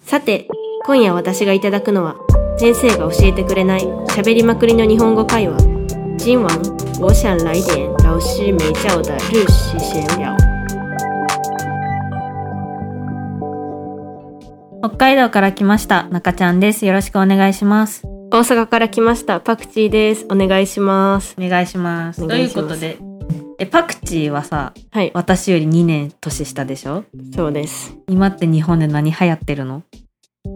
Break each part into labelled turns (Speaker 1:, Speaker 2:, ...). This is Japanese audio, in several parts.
Speaker 1: さて今夜私がいただくのは先生が教えてくれない喋りまくりの日本語会話今晚我想来点老师没教的日式闲聊
Speaker 2: 北海道から来ました中ちゃんですよろしくお願いします
Speaker 1: 大阪から来ましたパクチーですお願いします
Speaker 2: お願いします
Speaker 1: お
Speaker 2: と
Speaker 1: 願
Speaker 2: い
Speaker 1: いうしま
Speaker 2: こ
Speaker 1: す
Speaker 2: とでえパクチーはさ
Speaker 1: はい
Speaker 2: 私より2年年下でしょ
Speaker 1: そうです
Speaker 2: 今って日本で何流行ってるの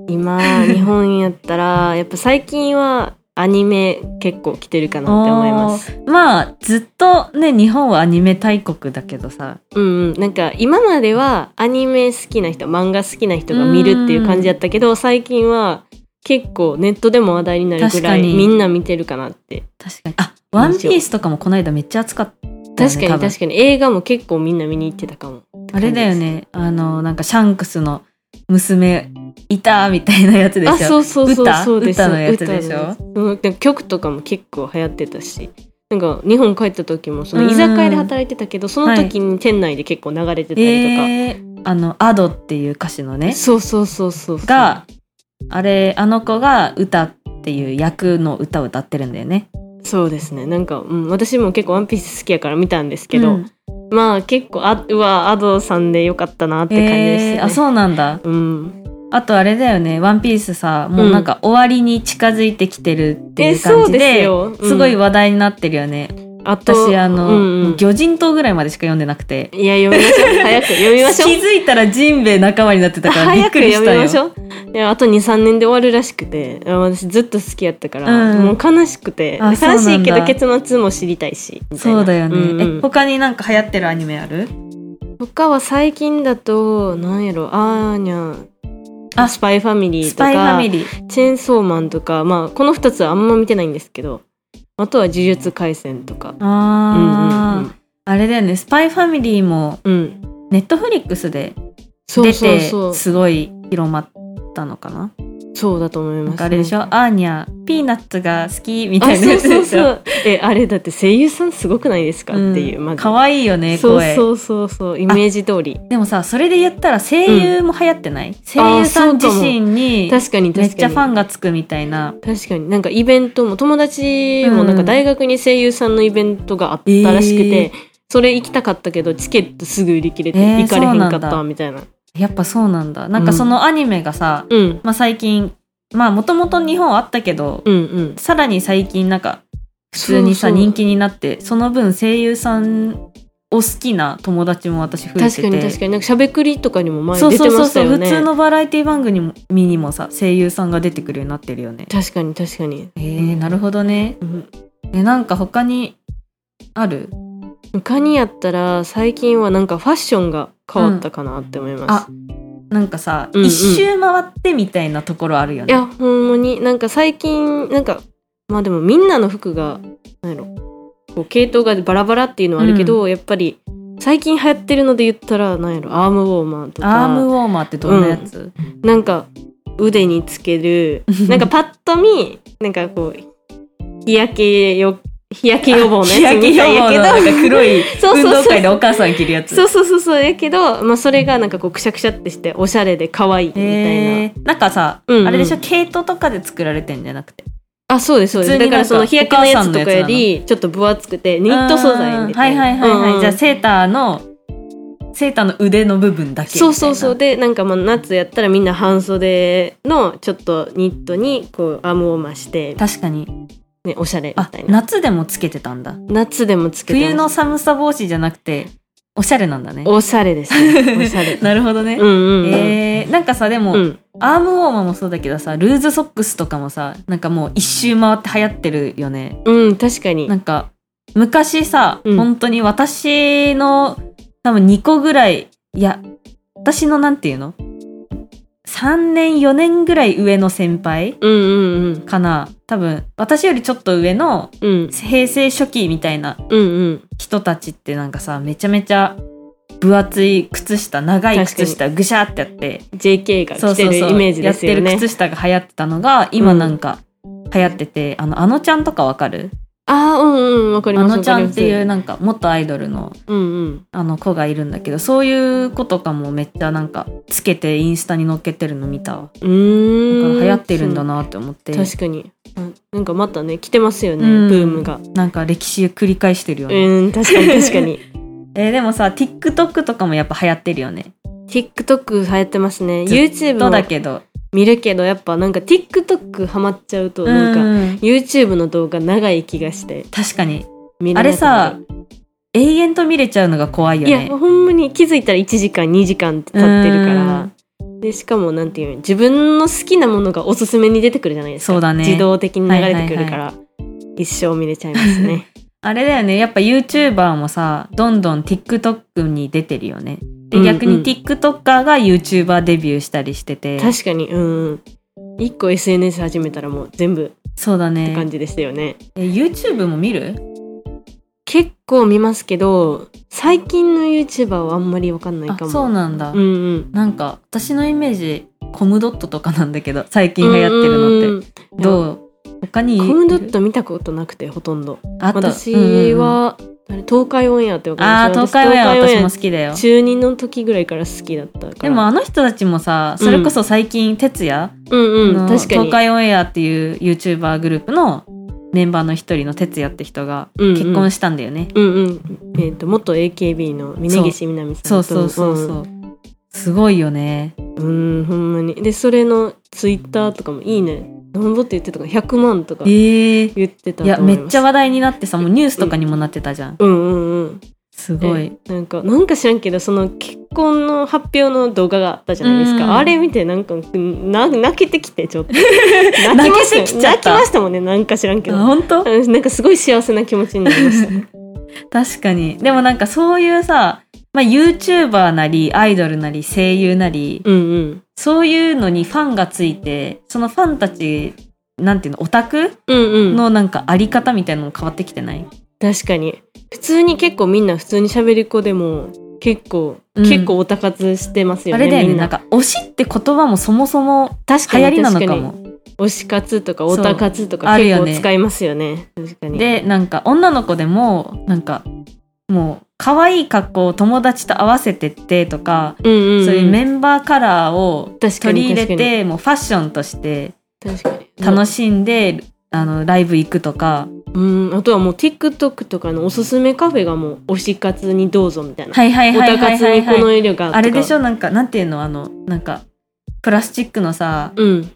Speaker 1: 今日本やったらやっぱ最近はアニメ結構来てるかなって思います
Speaker 2: まあずっとね日本はアニメ大国だけどさ
Speaker 1: うんうんなんか今まではアニメ好きな人漫画好きな人が見るっていう感じやったけど最近は結構ネットでも話題になるぐ
Speaker 2: 確
Speaker 1: ら
Speaker 2: か
Speaker 1: い
Speaker 2: に
Speaker 1: みんな見てるかなって
Speaker 2: 確かにあワンピースとかもこの間めっちゃ熱かったよね、
Speaker 1: 確かに確
Speaker 2: か
Speaker 1: かに映画も結構みんな見に行ってたかも
Speaker 2: あれだよねあのなんかシャンクスの娘いたみたいなやつでしょ
Speaker 1: あそうそうそう
Speaker 2: 歌
Speaker 1: そうです
Speaker 2: 歌のやつでし
Speaker 1: 歌の
Speaker 2: ょ
Speaker 1: やつうんでも曲とかも結構流行ってたしなんか日本帰った時もそ
Speaker 2: うん
Speaker 1: の
Speaker 2: うん
Speaker 1: 居酒屋で働いてたけどその時に店内で結構流れてたりとか、
Speaker 2: えーあの「アドっていう歌手のね
Speaker 1: そうそうそうそうそう
Speaker 2: があれあの子が歌っていう役の歌を歌ってるんだよね。
Speaker 1: そうですねなんか、うん、私も結構「ワンピース好きやから見たんですけど、
Speaker 2: うん
Speaker 1: まあ結構あうわアドさんでよかったなって感じでしたね、
Speaker 2: えーあそうなんだ。
Speaker 1: うん、
Speaker 2: あとあれだよね「ワンピースさもうなんか終わりに近づいてきてるって
Speaker 1: え
Speaker 2: いう感
Speaker 1: そう
Speaker 2: じ
Speaker 1: です
Speaker 2: で。
Speaker 1: よ、うん
Speaker 2: すごい話題になってるよね。
Speaker 1: あと
Speaker 2: 私あの、
Speaker 1: うん うん
Speaker 2: 魚人島ぐらいまでしか読んでなくて、
Speaker 1: いや読みましょう早く読
Speaker 2: 気
Speaker 1: みましょう
Speaker 2: づいたらジンベエ仲間になってたからびっ
Speaker 1: 早く
Speaker 2: くりした
Speaker 1: 読み
Speaker 2: よ。
Speaker 1: ましょういやあと23年で終わるらしくてあ私ずっと好きやったから、
Speaker 2: うん
Speaker 1: もう悲しくて
Speaker 2: あ
Speaker 1: 悲
Speaker 2: そうなんだ
Speaker 1: しいけど結末も知りたいしみたいな
Speaker 2: そうだよね。
Speaker 1: んうん
Speaker 2: え他になんか流行ってるアニメある？
Speaker 1: 他は最近だとなんやろあーにゃん
Speaker 2: あ
Speaker 1: スパイファミリー
Speaker 2: ス
Speaker 1: とか
Speaker 2: パイファミリー。
Speaker 1: チェーンソーマンとか、まあ、この2つはあんま見てないんですけどあとは呪術廻戦とかうん
Speaker 2: ああ、
Speaker 1: うん
Speaker 2: あれだよね、スパイファミリーも
Speaker 1: うんうん
Speaker 2: ネットフリックスで
Speaker 1: そ
Speaker 2: 出
Speaker 1: うそう
Speaker 2: て
Speaker 1: そう
Speaker 2: すごい広まったのかな。
Speaker 1: そうだと思います
Speaker 2: なんかあれでしょ、アーニャピーナッツが好きみた
Speaker 1: あ
Speaker 2: いな
Speaker 1: そう
Speaker 2: やつ
Speaker 1: そう
Speaker 2: でし
Speaker 1: そ
Speaker 2: ょ。
Speaker 1: うえあれだって声優さんすごくないですか、っていうまず
Speaker 2: 可愛、いよね
Speaker 1: そう
Speaker 2: 声
Speaker 1: そうそうそうイメージ通り
Speaker 2: でもさそれで言ったら声優も流行ってない、声優さん自身に
Speaker 1: 確かに確か
Speaker 2: め
Speaker 1: に
Speaker 2: っちゃファンがつくみたいな
Speaker 1: 確かになんかイベントも友達もなんか大学に声優さんのイベントがあったらしくて、
Speaker 2: えー
Speaker 1: それ行きたかったけどチケットすぐ売り切れて
Speaker 2: えー
Speaker 1: 行かれへんか
Speaker 2: そう
Speaker 1: っ
Speaker 2: なんだ
Speaker 1: たみたいな,、
Speaker 2: やっぱそうなんだなんかそのアニメがさ、
Speaker 1: うん、
Speaker 2: まあ、最近まあもともと日本あったけど、
Speaker 1: うんうん
Speaker 2: さらに最近なんか普通に
Speaker 1: そ
Speaker 2: さ
Speaker 1: うそう
Speaker 2: 人気になってその分声優さんを好きな友達も私増えて
Speaker 1: 確
Speaker 2: て
Speaker 1: かに確かになんかしゃべくりとかにも前
Speaker 2: そう
Speaker 1: 出
Speaker 2: そ
Speaker 1: て
Speaker 2: うそ
Speaker 1: ま
Speaker 2: う
Speaker 1: した
Speaker 2: そう、
Speaker 1: よ
Speaker 2: 普
Speaker 1: ね
Speaker 2: 通のバラエティ番組にもさ声優さんが出てくるようになってるよね
Speaker 1: 確かに確かに、
Speaker 2: えー、なるほどね
Speaker 1: うん、
Speaker 2: えなんか他にある
Speaker 1: 他にやったら最近はなんかファッションが変わったかなって思います、
Speaker 2: あなんかさ、
Speaker 1: うんうん
Speaker 2: 一周回ってみたいなところあるよ
Speaker 1: い
Speaker 2: ね
Speaker 1: やほんまになんか最近なんかまあでもみんなの服がなんやろこう系統がバラバラっていうのはあるけど、やっぱり最近流行ってるので言ったらなんやろアームウォーマーと
Speaker 2: アームウ
Speaker 1: か
Speaker 2: ォーマーってどんなやつ、
Speaker 1: なんか腕につけるなんかパッと見なんかこう日焼けよ日焼け予防の
Speaker 2: 日
Speaker 1: や
Speaker 2: 焼
Speaker 1: つ
Speaker 2: け
Speaker 1: み
Speaker 2: 予
Speaker 1: たいや
Speaker 2: 防の
Speaker 1: けど
Speaker 2: なん か黒い
Speaker 1: そう
Speaker 2: 運
Speaker 1: そうそう
Speaker 2: 動会でお母さん着るやつ
Speaker 1: そうそうそうそうやけど、まあ、それがなんかこうくしゃくしゃってしておしゃれで可愛いみたいな、
Speaker 2: えー、なんかさ、
Speaker 1: うんうん
Speaker 2: あれでしょ毛糸とかで作られてんじゃなくて
Speaker 1: あそうですそうで
Speaker 2: 普
Speaker 1: す
Speaker 2: 通
Speaker 1: だ
Speaker 2: に
Speaker 1: か
Speaker 2: なん
Speaker 1: ら
Speaker 2: か
Speaker 1: その日焼けのやつとかよりちょっと分厚くてニット素材みたいな
Speaker 2: あーはいはいはいはい、
Speaker 1: うんうん
Speaker 2: じゃあセーターのセーターの腕の部分だけみたい
Speaker 1: そ
Speaker 2: な
Speaker 1: うそうそうでなんかまあ夏やったらみんな半袖のちょっとニットにこうアームを増して、
Speaker 2: 確かに
Speaker 1: ね、おしゃれみ
Speaker 2: あ
Speaker 1: たいな
Speaker 2: 夏でもつけてたんだ
Speaker 1: 夏でもつけてます
Speaker 2: 冬の寒さ防止じゃなくておしゃれなんだね
Speaker 1: おしゃれですね おしゃれ
Speaker 2: なるほどね、
Speaker 1: うんうんうん、
Speaker 2: えー、なんかさでも、
Speaker 1: うん
Speaker 2: アームウォーマーもそうだけどさルーズソックスとかもさなんかもう一周回って流行ってるよね
Speaker 1: うん、確かに
Speaker 2: なんか昔さ、
Speaker 1: うん
Speaker 2: 本当に私の多分2個ぐらいいや私のなんていうの3年4年ぐらい上の先輩
Speaker 1: うんうんうん
Speaker 2: かな多分私よりちょっと上の
Speaker 1: うん
Speaker 2: 平成初期みたいな
Speaker 1: うんうん
Speaker 2: 人たちってなんかさめちゃめちゃ分厚い靴下長い靴下ぐしゃってやって
Speaker 1: JK が着てるイメージですよ
Speaker 2: やっ
Speaker 1: ね
Speaker 2: てる靴下が流行ってたのが今なんか流行ってて、あのあのちゃんとかわかる
Speaker 1: あーうんうんわかり
Speaker 2: あ
Speaker 1: ます
Speaker 2: のちゃんっていううなんか元アイドルの
Speaker 1: うんうん
Speaker 2: あの子がいるんだけどそういう子とかもめっちゃなんかつけてインスタに載っけてるの見たわ
Speaker 1: う
Speaker 2: だから
Speaker 1: ーん
Speaker 2: 流行ってるんだなって思って
Speaker 1: 確かにあなんかまたね来てますよね、
Speaker 2: うん
Speaker 1: ブームが
Speaker 2: なんか歴史繰り返してるよ
Speaker 1: う
Speaker 2: ね、
Speaker 1: ーん 確かに確かに
Speaker 2: えーでもさ TikTok とかもやっぱ流行ってるよね
Speaker 1: TikTok 流行ってますね
Speaker 2: ず
Speaker 1: YouTube
Speaker 2: どうだ
Speaker 1: も
Speaker 2: けど
Speaker 1: 見るけどやっぱなんか TikTok ハマっちゃうとなんか、
Speaker 2: うん
Speaker 1: YouTube の動画長い気がして
Speaker 2: 確かに
Speaker 1: 見
Speaker 2: あ
Speaker 1: れ
Speaker 2: れ
Speaker 1: なくな
Speaker 2: さ
Speaker 1: る
Speaker 2: 永遠と見れちゃうのが怖いよ
Speaker 1: い
Speaker 2: ね
Speaker 1: やほんまに気づいたら1時間2時間って経ってるからでしかもなんていうの自分の好きなものがおすすめに出てくるじゃないですか
Speaker 2: そうだね
Speaker 1: 自動的に流れてくるから、一生見れちゃいます ね
Speaker 2: あれだよねやっぱ YouTuber もさどんどん TikTok に出てるよね
Speaker 1: うんう
Speaker 2: で
Speaker 1: ん
Speaker 2: 逆に TikToker が YouTuber デビューしたりしてて、
Speaker 1: 確かにうん一個 SNS 始めたらもう全部
Speaker 2: そうだ
Speaker 1: って感
Speaker 2: ね
Speaker 1: じでしたよね、
Speaker 2: え YouTube も見る
Speaker 1: 結構見ますけど最近の YouTuber はあんまりわかんない
Speaker 2: あ
Speaker 1: かも
Speaker 2: そうなんだ、
Speaker 1: うんうん
Speaker 2: なんか私のイメージコムドットとかなんだけど最近流行ってるのって
Speaker 1: ってう
Speaker 2: どう他に
Speaker 1: コムドット見たことなくてほとんど
Speaker 2: あと
Speaker 1: 私
Speaker 2: うんうん
Speaker 1: は、あれ東海オンエアってわか
Speaker 2: あ
Speaker 1: り
Speaker 2: ー
Speaker 1: ます
Speaker 2: 東海オンエア
Speaker 1: 東
Speaker 2: 私
Speaker 1: 海オ
Speaker 2: も好きだよ
Speaker 1: 中二の時ぐらいから好きだったから
Speaker 2: でもあの人たちもさそれこそ最近哲也、
Speaker 1: うんう
Speaker 2: あ
Speaker 1: ん
Speaker 2: の
Speaker 1: 確かに
Speaker 2: 東海オンエアっていう YouTuber グループのメンバーの一人の哲也って人が結婚
Speaker 1: し
Speaker 2: したんだよね、
Speaker 1: うんうん、えっ、と元 AKB の峯岸みなみさんと
Speaker 2: そうそうそうそう、すごいよね
Speaker 1: うん、うんほんまにでそれのツイッターとかも「いいね」なんぼって言ってたか100万とか
Speaker 2: えー、
Speaker 1: 言ってた
Speaker 2: いや
Speaker 1: と思
Speaker 2: め
Speaker 1: い
Speaker 2: っ
Speaker 1: ま
Speaker 2: ち
Speaker 1: す
Speaker 2: ゃ話題になってさもうニュースとかにもなってたじゃん、
Speaker 1: うんうんうん
Speaker 2: すごい
Speaker 1: なんかなんか知らんけどその結婚の発表の動画があったじゃないですか、
Speaker 2: うん
Speaker 1: あれ見てなんかな泣けてきてちょっと泣き
Speaker 2: 泣
Speaker 1: ました
Speaker 2: けて
Speaker 1: よ
Speaker 2: きちゃっ
Speaker 1: 泣き
Speaker 2: た
Speaker 1: ましたもんねなんか知らんけど
Speaker 2: 本当
Speaker 1: うんなんかすごい幸せな気持ちになりました
Speaker 2: 確かにでもなんかそういうさ、まあ、YouTuber なりアイドルなり声優なり、
Speaker 1: うんうん
Speaker 2: そういうのにファンがついてそのファンたちなんていうのオタク
Speaker 1: うんうん
Speaker 2: のなんかあり方みたいなのも変わってきてない、
Speaker 1: 確かに普通に結構みんな普通に喋り子でも結構、
Speaker 2: うん
Speaker 1: 結構オタ活してますよ
Speaker 2: あ
Speaker 1: ね
Speaker 2: れだよ
Speaker 1: み
Speaker 2: ね
Speaker 1: んな
Speaker 2: な
Speaker 1: ん
Speaker 2: か推しって言葉もそもそも
Speaker 1: 確か
Speaker 2: 流
Speaker 1: に
Speaker 2: 行りなのか
Speaker 1: 確
Speaker 2: も
Speaker 1: に推し活とか
Speaker 2: そう
Speaker 1: オタ活とか
Speaker 2: ある
Speaker 1: 結
Speaker 2: よね
Speaker 1: 構使いますよね確かに
Speaker 2: でなんか女の子でもなんかもう可愛い格好を友達と合わせてってとか、
Speaker 1: うんうんうん
Speaker 2: そういうメンバーカラーを
Speaker 1: 確か
Speaker 2: 取
Speaker 1: に
Speaker 2: り入れてもうファッションとして
Speaker 1: 確かに
Speaker 2: 楽しんで、あのライブ行くとか
Speaker 1: うんあとはもう TikTok とかのおすすめカフェがもう推し活にどうぞみたいな、
Speaker 2: はいはいはいはい
Speaker 1: オタ
Speaker 2: は
Speaker 1: 活
Speaker 2: い、
Speaker 1: にこ
Speaker 2: は
Speaker 1: の
Speaker 2: い、
Speaker 1: 色がとか
Speaker 2: あれでしょなんかなんていうのあのなんかプラスチックのさ
Speaker 1: うん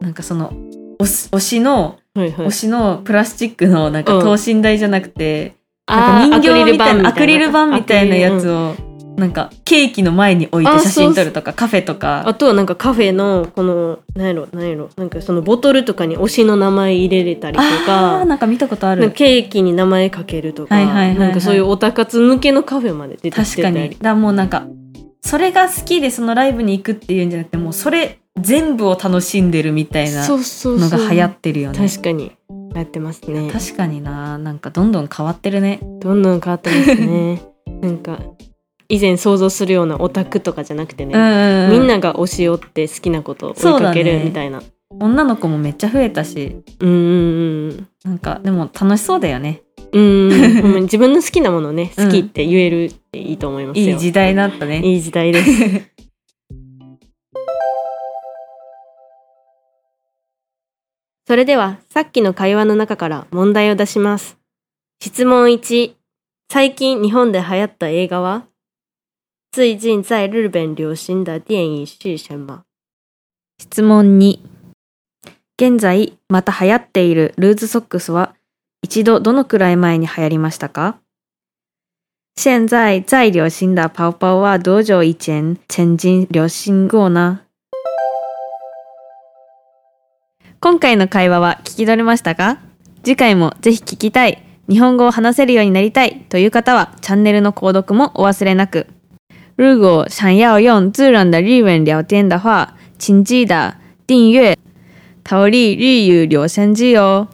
Speaker 2: なんかその推し推しの
Speaker 1: はいはい
Speaker 2: 推しのプラスチックのなんか
Speaker 1: うん
Speaker 2: 等身大じゃなくて、
Speaker 1: あー
Speaker 2: なんか人形みたいな
Speaker 1: ア
Speaker 2: アク
Speaker 1: ク
Speaker 2: リ
Speaker 1: リ
Speaker 2: ル
Speaker 1: ル
Speaker 2: 板
Speaker 1: 板
Speaker 2: みたいなやつ
Speaker 1: を
Speaker 2: をなんかケーキの前に置いて
Speaker 1: あー
Speaker 2: 写真撮るとかカフェと
Speaker 1: あ
Speaker 2: か
Speaker 1: とはなんかカフェのこの何やろ何やろなんかそのボトルとかに推しの名前入れれたりと
Speaker 2: あー
Speaker 1: か
Speaker 2: なんか見たことあ
Speaker 1: なん
Speaker 2: る
Speaker 1: かケーキに名前かけるとか、
Speaker 2: はいはいはいはい
Speaker 1: なんかそういうオタ活向けのカフェまで出てき
Speaker 2: 確
Speaker 1: て
Speaker 2: か
Speaker 1: た
Speaker 2: にだ
Speaker 1: り
Speaker 2: からもうなんかそれが好きでそのライブに行くっていうんじゃなくてもうそれ全部を楽しんでるみたいな
Speaker 1: そうそうそ
Speaker 2: の
Speaker 1: う
Speaker 2: が流行ってるよね
Speaker 1: 確かに流行ってますね
Speaker 2: 確かにななんかどんどん変わってるね
Speaker 1: どんどん変わってますねなんか以前想像するようなオタクとかじゃなくて
Speaker 2: う
Speaker 1: ね、
Speaker 2: ん
Speaker 1: みんなが推し寄って好きなことを追いかけ
Speaker 2: そうだ
Speaker 1: る
Speaker 2: ね
Speaker 1: みたいなう,、
Speaker 2: 女の子もめっちゃ増えたし
Speaker 1: んうんうん
Speaker 2: なんかでも楽しそうだよね
Speaker 1: うん うん、ほんまに自分の好きなものね、好きって言えるっていいと思いますよ。
Speaker 2: いい時代になったね
Speaker 1: いい時代です。それでは、さっきの会話の中から問題を出します。質問1。最近日本で流行った映画は最近在日本流行的电影是什么
Speaker 2: 質問2現在また流行っているルーズソックスは一度どのくらい前に流行りましたか現在在流行的泡泡は多久以前曾经流行过呢今回の会話は聞き取れましたか次回もぜひ聞きたい日本語を話せるようになりたいという方はチャンネルの購読もお忘れなく如果想要用自然的日文聊天的话，请记得订阅“逃离日语留声机”哦。